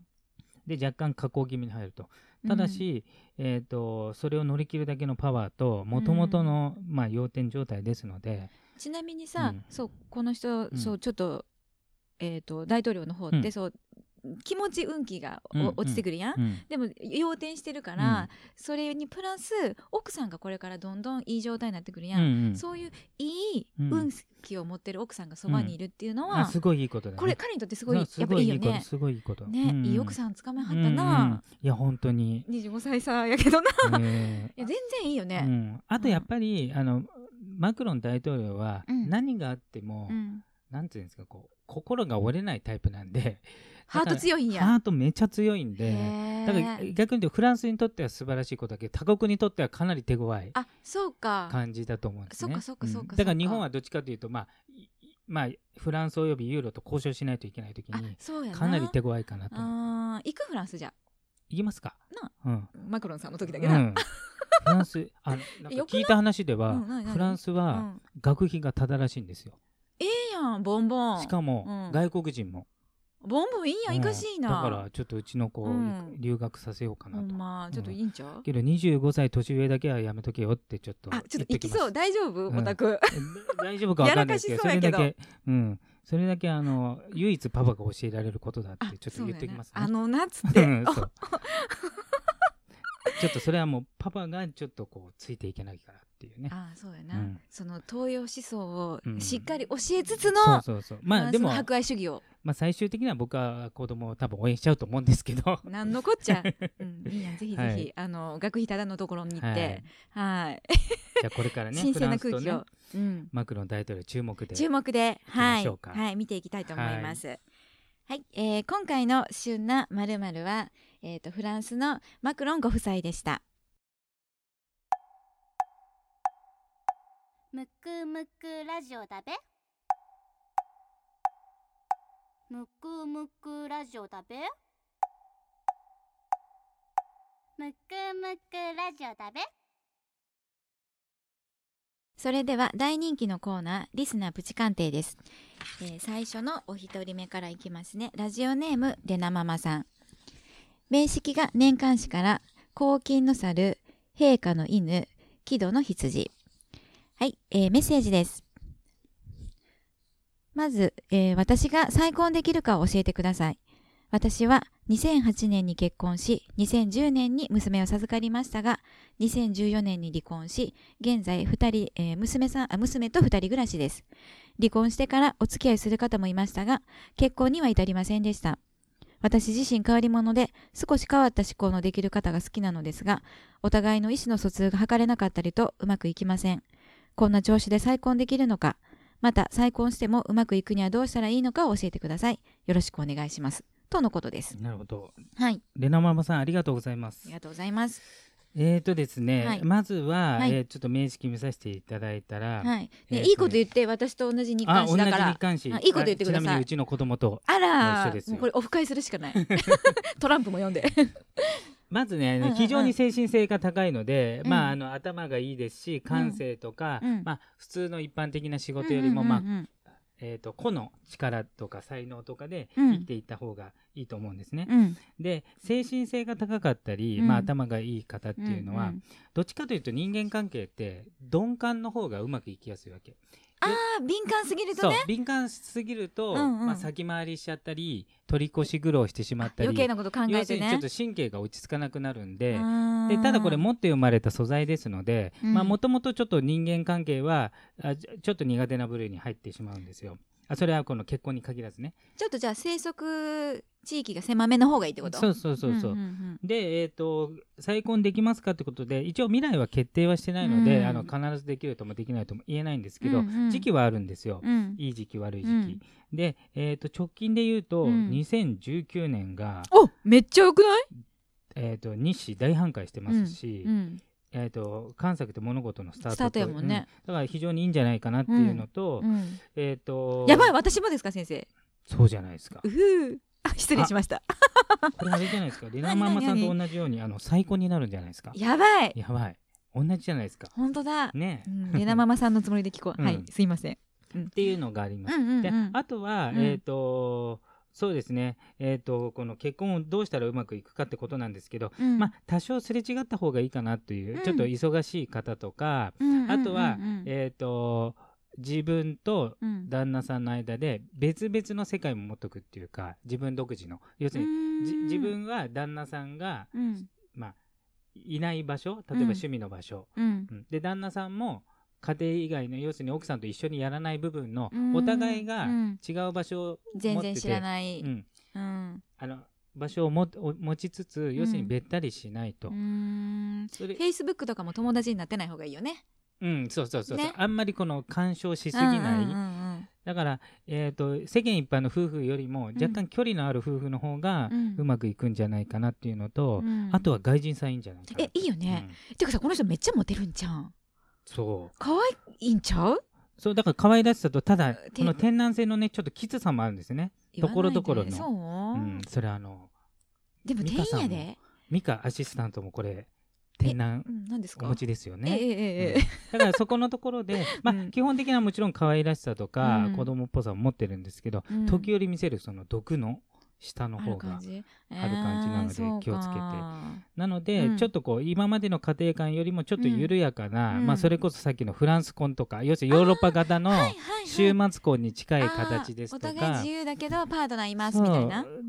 S2: で若干下降気味に入るとただ、し、えー、とそれを乗り切るだけのパワーと元々の、まあ、要点状態ですので、
S1: うんちなみにさ、
S2: うん
S1: そうこの人、
S2: うん
S1: そうちょっとえっ、と大統領の方って、
S2: うん
S1: そう気持ち運気がお
S2: うんうん
S1: 落ちてくるやん、
S2: うん
S1: でも要点してるから、それにプラス奥さんがこれからどんどんいい状態になってくるやん、
S2: うんうん
S1: そういういい
S2: うん
S1: 運気を持ってる奥さんがそばにいるっていうの
S2: あ
S1: は、
S2: すごいいいことだね。
S1: これ彼にとってす
S2: す
S1: ごいやっぱいいよ
S2: こと
S1: ね。
S2: すごいいいこと。
S1: ね、
S2: うん
S1: いい奥さん捕まえはった
S2: うんうん
S1: な。、
S2: いや本当に
S1: 二十五歳さやけどな。
S2: ね
S1: いや全然いいよ
S2: う
S1: ね。
S2: ん、あとやっぱり、あのマクロン大統領は
S1: うん
S2: 何があっても、
S1: うん
S2: なんていうんですかこう心が折れないタイプなんで
S1: ハート強いん
S2: だからハ
S1: や。
S2: ートめちゃ強いん
S1: へ
S2: で
S1: ー
S2: だから逆に言うとフランスにとっては素晴らしいことだけど他国にとってはかなり手強い
S1: あ、そうか。
S2: 感じだと思うんですね。
S1: そっかそっかそっか
S2: ん
S1: そっか
S2: だから日本はどっちかというとまあいまあフランスおよびユーロと交渉しないといけないとき
S1: あ
S2: に、
S1: そうやな。
S2: かなり手強いかなと思う。
S1: あー行くフランスじゃ。
S2: いきますか。
S1: な
S2: うん。
S1: マクロンさんの時だけ
S2: う
S1: な。
S2: ん、フランス あのなんか
S1: よくな
S2: 聞
S1: い
S2: いた話では、
S1: うん何何
S2: フランス
S1: う
S2: は
S1: ん
S2: 学費がタダらしいんですよ、
S1: ええやん、ボンボン
S2: し。かも、
S1: うん
S2: 外国人も
S1: ボンボンいいやん、いかしいな。
S2: うんだからちょっとうちの子を
S1: うん
S2: 留学させようかな
S1: ほ
S2: と、
S1: んまちょっといいんちゃう。
S2: けど25歳年上だけはやめとけよってちょっと
S1: あ、ちょっと
S2: 言
S1: 行
S2: て
S1: き
S2: ます
S1: そう。大丈夫、
S2: うん
S1: オタク。
S2: え 大丈夫かわかんないですけどそ
S1: や
S2: れ
S1: らかしそうやけ
S2: だ
S1: ど
S2: けうんそれだけあの唯一パパが教えられることだってちょっと言ってきます
S1: あそうだよねあの 夏っ
S2: う
S1: て。
S2: んそう ちょっとそれはもうパパがちょっとこうついていけないからっていうね
S1: ああそうやな、
S2: うん
S1: その東洋思想を
S2: うん
S1: しっかり教えつつの、
S2: そうそうそうま
S1: フラ
S2: あ
S1: ン
S2: で
S1: スの
S2: も
S1: 博愛主義を
S2: まあ、最終的には僕は子供を多分応援しちゃうと思うんですけ ど。
S1: なんのこっち ゃ、うん、いいやんぜひぜひ、
S2: はい
S1: あの学費ただのところに行っ
S2: は
S1: て
S2: い、
S1: はい、
S2: じゃあこれからね
S1: 新鮮な
S2: フ
S1: 空
S2: ランス
S1: 気
S2: と
S1: を、
S2: ね、
S1: うん、
S2: マクロン大統領注目で
S1: 注目で、は
S2: 行きまし
S1: い
S2: ょうか
S1: はい、見ていきたいと思います。はい、えー今回の旬なまるまるは、えっ、とフランスのマクロンご夫妻でした。
S3: むくむくラジオだべむくむくラジオだべむくむくラジオだべ
S1: それでは大人気のコーナーリスナープチ鑑定です、えー最初のお一人目からいきますねラジオネームレナママさん名式が年間誌から黄金の猿陛下の犬木戸の羊はい、えーメッセージですまず、えー私が再婚できるかを教えてください私は2008年に結婚し2010年に娘を授かりましたが2014年に離婚し現在二人、えー娘さんあ娘と2人暮らしです離婚してからお付き合いする方もいましたが結婚には至りませんでした私自身変わり者で少し変わった思考のできる方が好きなのですがお互いの意思の疎通が図れなかったりとうまくいきませんこんな調子で再婚できるのかまた再婚してもうまくいくにはどうしたらいいのかを教えてくださいよろしくお願いしますとのことです
S2: なるほど。
S1: はい
S2: レナママさん、ありがとうございま
S1: あ
S2: す
S1: り。がとうございます
S2: えーとですね、
S1: はい
S2: まずは、
S1: はい
S2: えーちょっと面識見させていただいたら、
S1: はい
S2: えー
S1: で
S2: とね
S1: いいこと言って私と同じ日韓
S2: あ同
S1: 史
S2: じ
S1: だから
S2: 日刊誌
S1: あいいこと言ってください
S2: ちなみにうちの子供と
S1: あ
S2: もう一
S1: ら
S2: 緒ですよ
S1: もうこれオフ会するしかない トランプも読んで
S2: まず
S1: うんう
S2: ね
S1: ん
S2: 非常に精神性が高いので、
S1: うん
S2: まあ、あの頭がいいですし感性とか、
S1: うん
S2: まあ、普通の一般的な仕事よりも、まあ
S1: うんうんうん
S2: えー、と個の力とか才能とかで
S1: うん
S2: 生きていった方がいいと思うんですね。
S1: うん
S2: で精神性が高かったり、
S1: うん
S2: まあ、頭がいい方っていうのは、
S1: んん
S2: どっちかというと人間関係って鈍感の方がうまくいきやすいわけ。
S1: あー敏感すぎると
S2: そう
S1: ね
S2: 敏感すぎると、
S1: うんうん
S2: まあ、先回りしちゃったり取り越し苦労してしまったり
S1: 余計なこと考え
S2: 要す
S1: て
S2: るにちょ
S1: ね
S2: っと神経が落ち着かなくなるんで,、
S1: で
S2: でただこれ持って生まれた素材ですので
S1: うん
S2: もともとちょっと人間関係はあちょちょっと苦手な部類に入ってしまうんですよ。あそれはこの結婚に限らずね。
S1: ちょっとじゃあ生息地域が狭めの方がいいってこと
S2: そうそうそうそう。
S1: んん
S2: で、えー、と再婚できますかってことで一応未来は決定はしてないので、
S1: うん
S2: あの必ずできるともできないとも言えないんですけど、
S1: うんうん
S2: 時期はあるんですよ。
S1: うんうん
S2: いい時期悪い時期、
S1: うん
S2: で、えー、と直近で言うと、
S1: うん
S2: 2019年が、
S1: おめっちゃ良くない、
S2: えー、と日誌大反壊してますし、
S1: うん
S2: えー、と関西って物事のスタート
S1: スタートやもんね
S2: うんだから非常にいいんじゃないかなっていうのと,、
S1: うん
S2: えー、と
S1: やばい私もですか先生
S2: そうじゃないですか
S1: うふうあ失礼しました
S2: これあれじゃないですかレナママさんと同じようにあの再婚になるんじゃないですか
S1: やばい
S2: やばい同じじゃないですか
S1: 本当だ、
S2: ね、
S1: うん、レナママさんのつもりで聞こう、
S2: うん
S1: はいすいません
S2: っていうのがあります
S1: うんうん
S2: で
S1: うん
S2: あとは、
S1: うん
S2: えっ、とそうですね、えっとこの結婚をどうしたらうまくいくかってことなんですけど、
S1: うん
S2: まあ、多少すれ違った方がいいかなという、
S1: うん
S2: ちょっと忙しい方とか、
S1: うんうんうんうん
S2: あとは、えっ、と自分と
S1: うん
S2: 旦那さんの間で別々の世界も持っとくっていうか自分独自の要するに、じ自分は旦那さんが、
S1: うん
S2: まあ、いない場所例えば
S1: うん
S2: 趣味の場所、
S1: うん
S2: うんで旦那さんも家庭以外の要するに奥さんと一緒にやらない部分の
S1: うん
S2: お互いが
S1: うん
S2: 違う場所を持ってて
S1: 全然知らない、
S2: う
S1: うん
S2: んあの場所をもお持ちつつ要するにべったりしないと、
S1: うん
S2: それ
S1: フェイスブックとかも友達になってない方がいいよね
S2: うんそうそうそうそう、
S1: ね
S2: あんまりこの干渉しすぎない、
S1: うんうんうん
S2: だから、えー、と世間一般の夫婦よりも若干距離のある夫婦の方が
S1: うん
S2: うまくいくんじゃないかなっていうのと
S1: う、ん
S2: あとは外人さんいいんじゃないかな
S1: えいいよね、
S2: うん
S1: てかさこの人めっちゃモテるんじゃん
S2: そう
S1: 可愛いんちゃう
S2: そうだから可愛らしさとただ
S1: て
S2: この天然性のねちょっときつさもあるんですねところどころの
S1: 言わないでそう、
S2: うん、それあの
S1: でも
S2: 美
S1: 店
S2: 香
S1: 員
S2: さんも
S1: やで、
S2: ミカアシスタントもこれ天覧
S1: うん、何です
S2: お
S1: か
S2: 持ちですよ
S1: え
S2: ね。
S1: えええええ
S2: だからそこのところで、まあ
S1: うん
S2: 基本的にはもちろん可愛らしさとか、
S1: うん
S2: 子供っぽさも持ってるんですけど、
S1: うん
S2: 時折見せるその毒の下
S1: あ
S2: の
S1: る
S2: 方が
S1: 感じ
S2: ある感じなので
S1: えーそうか
S2: 気をつけてなので、
S1: うん
S2: ちょっとこう今までの家庭観よりもちょっと緩やかな、
S1: うん
S2: まあ、それこそさっきのフランス婚とか要するにヨーロッパ型の
S1: はいはいはい
S2: 週末婚に近い
S1: あー
S2: 形ですと
S1: お互い
S2: か
S1: 自。由だけどパートナーいますみたいな
S2: そう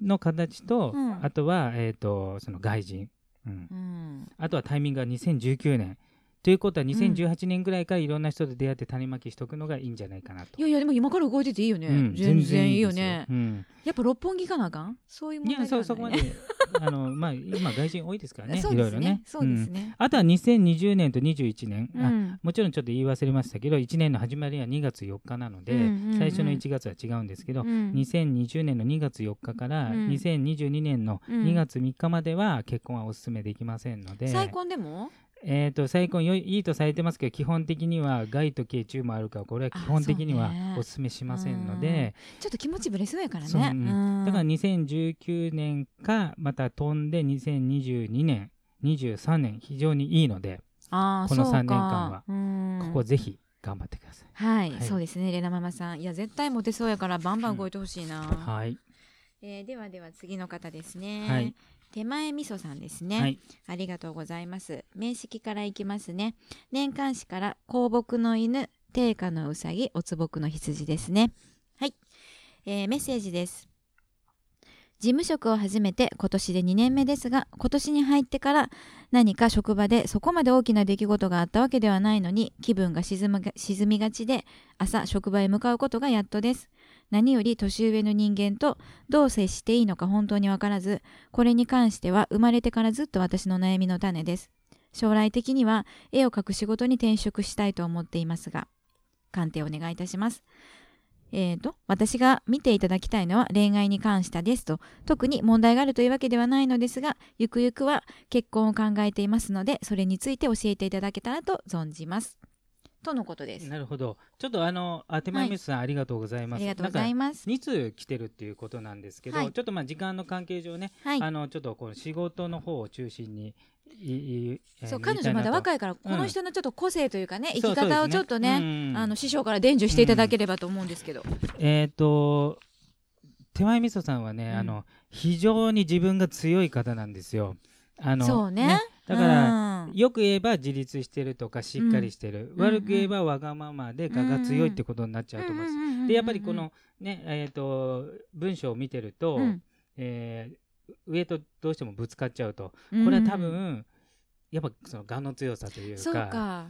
S2: の形と、
S1: うん
S2: あとは、えー、とその外人、うん、
S1: うん
S2: あとはタイミングが2019年。ということは2018年ぐらいからいろんな人と出会って種まきしとくのがいいんじゃないかなと。
S1: いやいやでも今から動いてていいよね、
S2: うん
S1: 全然いいよね
S2: 全然いいですよ
S1: やっぱ六本木行かなあかんそういう
S2: うん、
S1: 問
S2: い
S1: 題
S2: や
S1: で
S2: そ
S1: は
S2: うそこ
S1: な
S2: ま
S1: い
S2: であの、まあ、今外人多いですからね
S1: そう
S2: いろ
S1: で
S2: い
S1: す
S2: ろ
S1: ね
S2: ね。
S1: そうです
S2: ん
S1: ね
S2: あとは2020年と21年、
S1: う
S2: あ
S1: ん
S2: もちろんちょっと言い忘れましたけど1年の始まりは2月4日なので、
S1: うんうんうん
S2: 最初の1月は違うんですけど、
S1: うん
S2: 2020年の2月4日から
S1: うん
S2: 2022年の
S1: うん
S2: 2月3日までは結婚はお勧めできませんので、
S1: 再婚でも
S2: えー、と再婚よいいいとされてますけど基本的には害と軽中もあるからこれは基本的に
S1: あ
S2: は
S1: そうね
S2: お勧めしませんので
S1: ちょっと気持ちぶれそうやから
S2: そう
S1: ね、
S2: うん
S1: うん
S2: だから2019年かまた飛んで2022年23年非常にいいので
S1: あー
S2: この
S1: そうか
S2: 3年間は
S1: うん
S2: ここぜひ頑張ってください。
S1: はい、
S2: はい
S1: そうですねレナママさんいや絶対モテそうやからバンバン動いてほしいな、
S2: はい、
S1: えーではでは次の方ですね、
S2: はい
S1: 手前味噌さんですね、
S2: はい
S1: ありがとうございます面識からいきますね年間誌から香木の犬定価のうさぎおつぼくの羊ですねはい、えーメッセージです事務職を始めて今年で2年目ですが今年に入ってから何か職場でそこまで大きな出来事があったわけではないのに気分が沈むが沈みがちで朝職場へ向かうことがやっとです何より年上の人間とどう接していいのか本当にわからずこれに関しては生まれてからずっと私の悩みの種です将来的には絵を描く仕事に転職したいと思っていますが鑑定をお願いいたします。えーと私が見ていただきたいのは恋愛に関したですと特に問題があるというわけではないのですがゆくゆくは結婚を考えていますのでそれについて教えていただけたらと存じますとのことです。
S2: なるほど。ちょっとあの、あてまゆみつさん、ありがとうござい
S1: あ
S2: ます。
S1: りがとうござい
S2: ま
S1: ます。
S2: 2通来てるっていうことなんですけど、
S1: はい
S2: ちょっとまあ時間の関係上ね、
S1: はい、
S2: あのちょっとこの仕事の方を中心にいいえー
S1: そう
S2: 言い
S1: 彼女
S2: たいな
S1: まだ
S2: と
S1: 若いから、この人のちょっと個性というかね生き
S2: そうそうです
S1: 方をちょっとね
S2: うん
S1: あの師匠から伝授していただければと思うんですけど、
S2: えっ、と手前味噌さんはね、
S1: うん
S2: あの非常に自分が強い方なんですよ。あの
S1: そうね
S2: だから、
S1: うん
S2: よく言えば自立してるとかしっかりしてる、
S1: うん
S2: 悪く言えばわがままで我が強いってことになっちゃうと思うんです。でやっぱりこ、のねえっ、と文章を見てると、
S1: うんうんうん
S2: えー上とどうしてもぶつかっちゃうと、
S1: うん
S2: これは多分、やっぱその我の強さという
S1: そう
S2: か
S1: か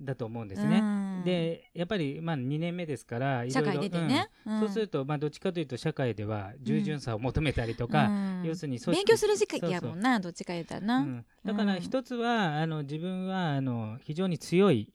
S2: だと思うんで
S1: です
S2: ね。でやっぱりまあ2年目ですからいろ
S1: 社
S2: いろ
S1: 会出てね、
S2: うん
S1: ん
S2: そうするとまあどっちかというと社会では従順さを求めたりとか、
S1: うん
S2: 要するに組織
S1: 勉強する時期やも
S2: そうん
S1: などっちか言ったら
S2: そう
S1: な、
S2: う
S1: うん
S2: んだから
S1: うん
S2: 一つはあの自分はあの非常に強い、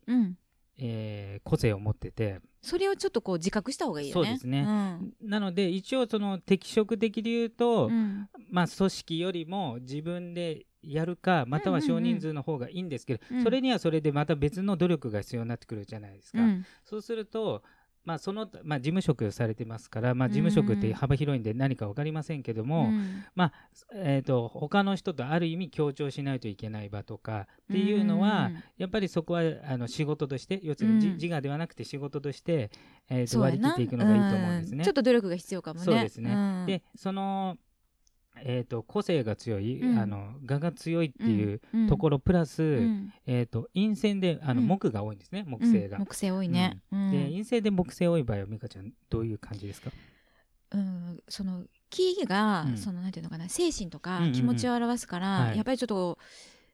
S2: えー個性を持ってて
S1: それをちょっとこう自覚した方がいいよね
S2: そうですね
S1: うん
S2: なので一応その適職的で言うと、
S1: うん
S2: まあ、組織よりも自分でやるかまたは少人数の方がいいんですけど、
S1: うんうんうん
S2: それにはそれでまた別の努力が必要になってくるじゃないですか。
S1: うん
S2: そうすると、まあそのまあ、事務職されてますから、まあ、事務職っ
S1: うんう
S2: て
S1: ん
S2: 幅広いんで何か分かりませんけど
S1: う
S2: も、
S1: ん
S2: まあえー、と他の人とある意味協調しないといけない場とかっていうのは、
S1: うん
S2: やっぱりそこはあの仕事として要するにじ、
S1: うん
S2: 自我ではなくて仕事として、えー、と
S1: そう
S2: 割
S1: や
S2: り切っ
S1: な
S2: ていくのがいいと思うんですね。
S1: ちょっと努力が必要かもね
S2: そうですね
S1: ん
S2: でその、えー、と個性が強い、
S1: うん
S2: あの我が強いっていうとこ
S1: ろ、
S2: ろプラス、
S1: うん
S2: えー、と陰線であの、
S1: うん
S2: 木が多いんですね木星が。
S1: うん木星多いね、うん
S2: で陰性で木星多い場合は美香ちゃんどういう感じですか
S1: うん、その木々が、
S2: うん
S1: そのなんていうのかな精神とか
S2: うんうんうん
S1: 気持ちを表すから、
S2: はい
S1: やっぱりちょっと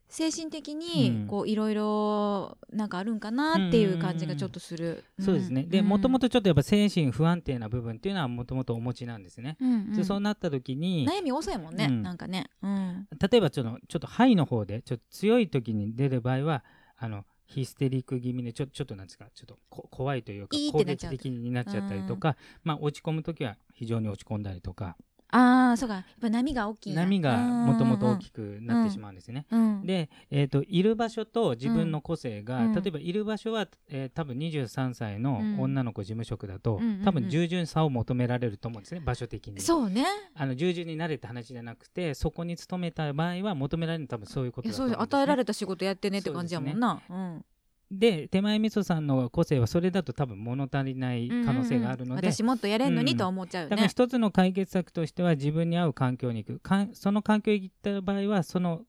S1: 精神的
S2: うん
S1: にこういろいろなんかあるんかなっていう感じがちょっとする。
S2: そうですねでもとも
S1: と、
S2: とちょっとやっぱ精神不安定な部分っていうのはもともとお持ちなんですね。
S1: うんうん
S2: でそうなった時に
S1: 悩み多そうやもんね、
S2: うん
S1: なんかね。うん
S2: 例えばちょっとちょっと肺の方でちょっと強い時に出る場合はあのヒステリック気味でちょちょっとなんですかちょっとこ怖いというか
S1: いいっ
S2: 攻
S1: てなっち
S2: 撃
S1: ゃう
S2: 的になっちゃったりとか、まあ、落ち込む時は非常に落ち込んだりとか
S1: ああそうかやっぱ波が大きいな
S2: 波がもともと大
S1: い。
S2: きくなってしまうんですね。
S1: うん
S2: で、えー、といる場所と自分の個性が、
S1: うん
S2: 例えばいる場所は、えー多分23歳の
S1: うん
S2: 女の子事務職だと、
S1: うんうんうん
S2: 多分従順さを求められると思うんですね場所的に。
S1: そうね
S2: あの従順になれって話じゃなくてそこに勤めた場合は求められるの多分そういうこ
S1: い
S2: と
S1: や
S2: だと
S1: そ
S2: 思う
S1: うんで
S2: ですすね、
S1: 与えられた仕事やってねって感じやもんな。うん
S2: で手前味噌さんの個性はそれだと多分物足りない可能性がある
S1: う
S2: ので、
S1: んうんうん私もっとやれんのにとは思っちゃうよ
S2: だから
S1: ね。
S2: 一つの解決策としては自分に合う環境に行くかんその環境に行った場合はその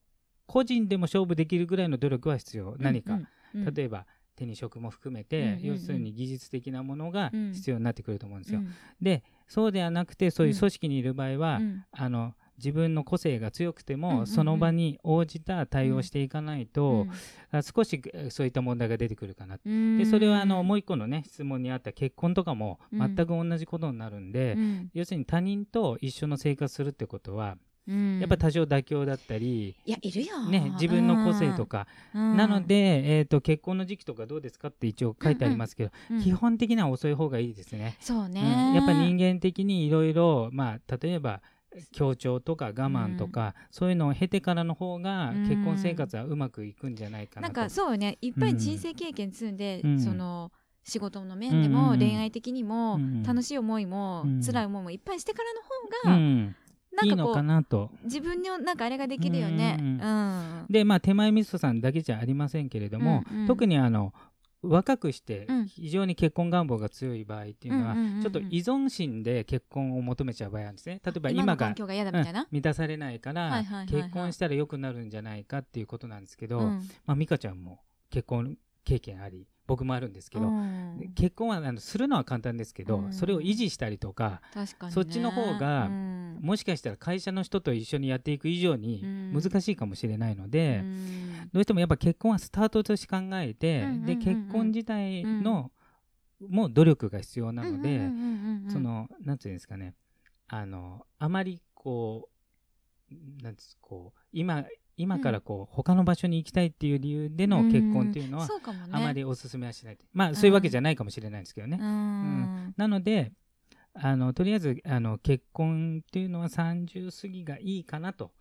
S2: 個人でも勝負できるぐらいの努力は必要何か、
S1: うんうん
S2: 例えば手に職も含め
S1: うんうん
S2: て、
S1: うん
S2: 要するに技術的なものが
S1: うん
S2: 必要になってくると思うんですよ。
S1: うん
S2: でそうではなくてそういう組織にいる場合は、
S1: うん
S2: あの自分の個性が強くても、
S1: うんうんうん
S2: その場に応じた対応をしていかないと、あ少しえそういった問題が出てくるかな。
S1: うん
S2: でそれはあのもう一個のね質問にあった結婚とかも全く同じことになるんで、
S1: うん
S2: 要するに他人と一緒の生活するってことは、
S1: うん
S2: やっぱ多少妥協だったり、
S1: いやいるよ、
S2: ね、自分の個性とか、
S1: うん、
S2: なので、えー、と結婚の時期とかどうですかって一応書いてありますけど、
S1: うん、
S2: 基本的には遅い方がいいですね。
S1: そうね、
S2: うんやっぱ人間的にいろいろまあ例えば協調とか我慢とか、そういうのを経てからの方が
S1: うん
S2: 結婚生活はうまくいくんじゃないかな
S1: なん
S2: と。
S1: かそうよねいっぱい人生経験積んで、
S2: うん
S1: その仕事の面で
S2: うんうん
S1: も、
S2: うん
S1: 恋愛的にも、
S2: うん
S1: 楽しい思いも、
S2: うん
S1: 辛い思いもいっぱいしてから
S2: う
S1: の方が、
S2: ん、いい
S1: なんか
S2: の
S1: こう
S2: かなと。
S1: 自分のなんかあれができるよね
S2: う
S1: うんん、
S2: でまあ手前味噌さんだけじゃありませんけれども、
S1: うんうん
S2: 特にあの若くして
S1: うん
S2: 非常に結婚願望が強い場合っていうのは、
S1: うんうんうんうん
S2: ちょっと依存心で結婚を求めちゃう場合なんですね。例えば
S1: 今
S2: 今
S1: の
S2: が
S1: 環境が嫌だみたいな、
S2: 満たされないから、
S1: はいはいはいはい
S2: 結婚したら良くなるんじゃないかっていうことなんですけ
S1: う
S2: ど、
S1: ん
S2: まあ、美香ちゃんも結婚経験あり僕もあるんですけど、
S1: うん
S2: 結婚はあのするのは簡単ですけど、
S1: うん
S2: それを維持したりとか
S1: 確かにね
S2: そっちの方が
S1: うん
S2: もしかしたら会社の人と一緒にやっていく以上に
S1: うん
S2: 難しいかもしれないので。
S1: うん
S2: どうしてもやっぱ結婚はスタートとして考え
S1: う
S2: て、
S1: んうんうんうん
S2: で結婚自体の、もう努力が必要なので、
S1: うんうんうんうんうん
S2: そのなんていうんですかねあのあまりこうなんつこう今今からこう、他の場所に行きたいっていう理由での結婚っていうのは、
S1: そうかもね
S2: あまりおすすめはしない、まあそういうわけじゃないかもしれないですけどね、
S1: うーん
S2: なのであのとりあえずあの結婚っていうのは30過ぎがいいかなと、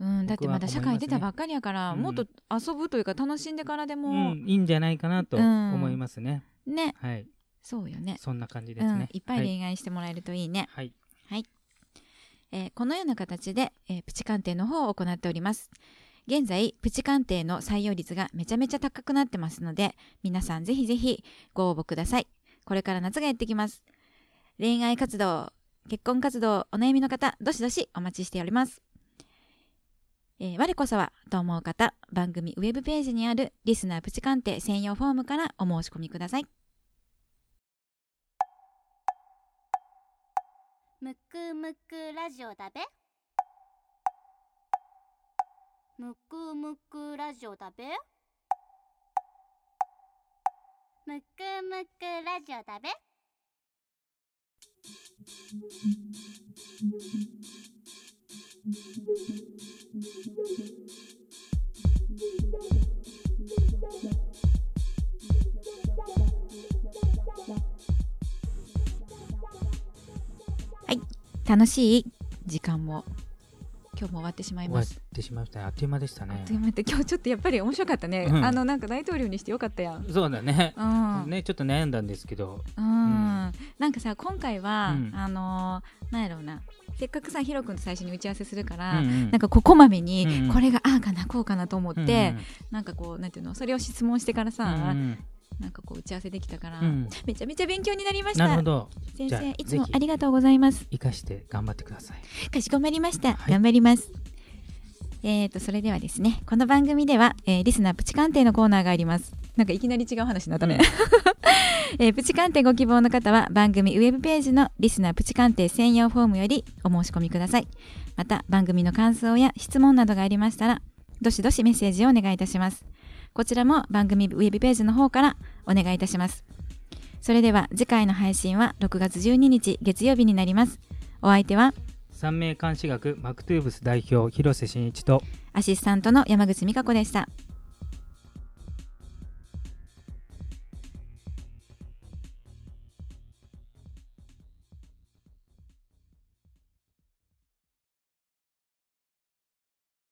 S1: うん、だってま
S2: 僕は思いま
S1: だ
S2: す
S1: 社
S2: ね
S1: 会出たばっかりやから、
S2: うん
S1: もっと遊ぶというか楽しんでからで
S2: う
S1: も、
S2: ん、いいんじゃないかなと思いますね、
S1: ね
S2: はい
S1: そうよね
S2: そんな感じで
S1: う
S2: す
S1: ん
S2: ね、、
S1: いっぱい
S2: はい、
S1: 恋愛してもらえるといいね、
S2: はい
S1: えーこのような形で、えープチ鑑定の方を行っております現在プチ鑑定の採用率がめちゃめちゃ高くなってますので皆さんぜひぜひご応募くださいこれから夏がやってきます恋愛活動結婚活動お悩みの方どしどしお待ちしております、えー我こそはと思う方番組ウェブページにあるリスナープチ鑑定専用フォームからお申し込みください
S3: むくむくラジオだべむくむくラジオだべむくむくラジオだべ
S1: 楽しい時間も今日も終わってしまい
S2: 終
S1: ま
S2: わっ
S1: す
S2: てしまいましたねあっという間でした
S1: あ
S2: ね
S1: っという間で今日ちょっとやっぱり面白かったね、
S2: うん
S1: あのなんか大統領にしてよかったやん
S2: そうだね
S1: うん、
S2: ねちょっと悩んだんですけど
S1: うん
S2: ん
S1: なんかさ今回は、
S2: うん
S1: あのーなんやろうなせっかくさヒロ君と最初に打ち合わせするから、
S2: うんうん
S1: なんかここまめに、
S2: うんうん
S1: これがああかなこうかなと思って、
S2: うんうん
S1: なんかこうなんていうのそれを質問してからさ、
S2: うん
S1: なんかこう打ち合わせできたから、
S2: うんうん
S1: めちゃめちゃ勉強になりまし
S2: なるほ
S1: た
S2: ど
S1: 先
S2: じゃあ
S1: 生いつも
S2: ぜひ
S1: ありがとうございます
S2: 生かして頑張ってください
S1: かしこまりました。
S2: はい
S1: 頑張ります。えー、とそれではですねこの番組では、えーリスナープチ鑑定のコーナーがありますなんかいきなり違う話になったね、 えープチ鑑定ご希望の方は番組ウェブページのリスナープチ鑑定専用フォームよりお申し込みくださいまた番組の感想や質問などがありましたらどしどしメッセージをお願いいたしますこちらも番組ウェブページの方からお願いいたしますそれでは次回の配信は6月12日月曜日になりますお相手は
S2: 三名監視学マクトゥーブス代表広瀬真一と
S1: アシスタントの山口美香子でした。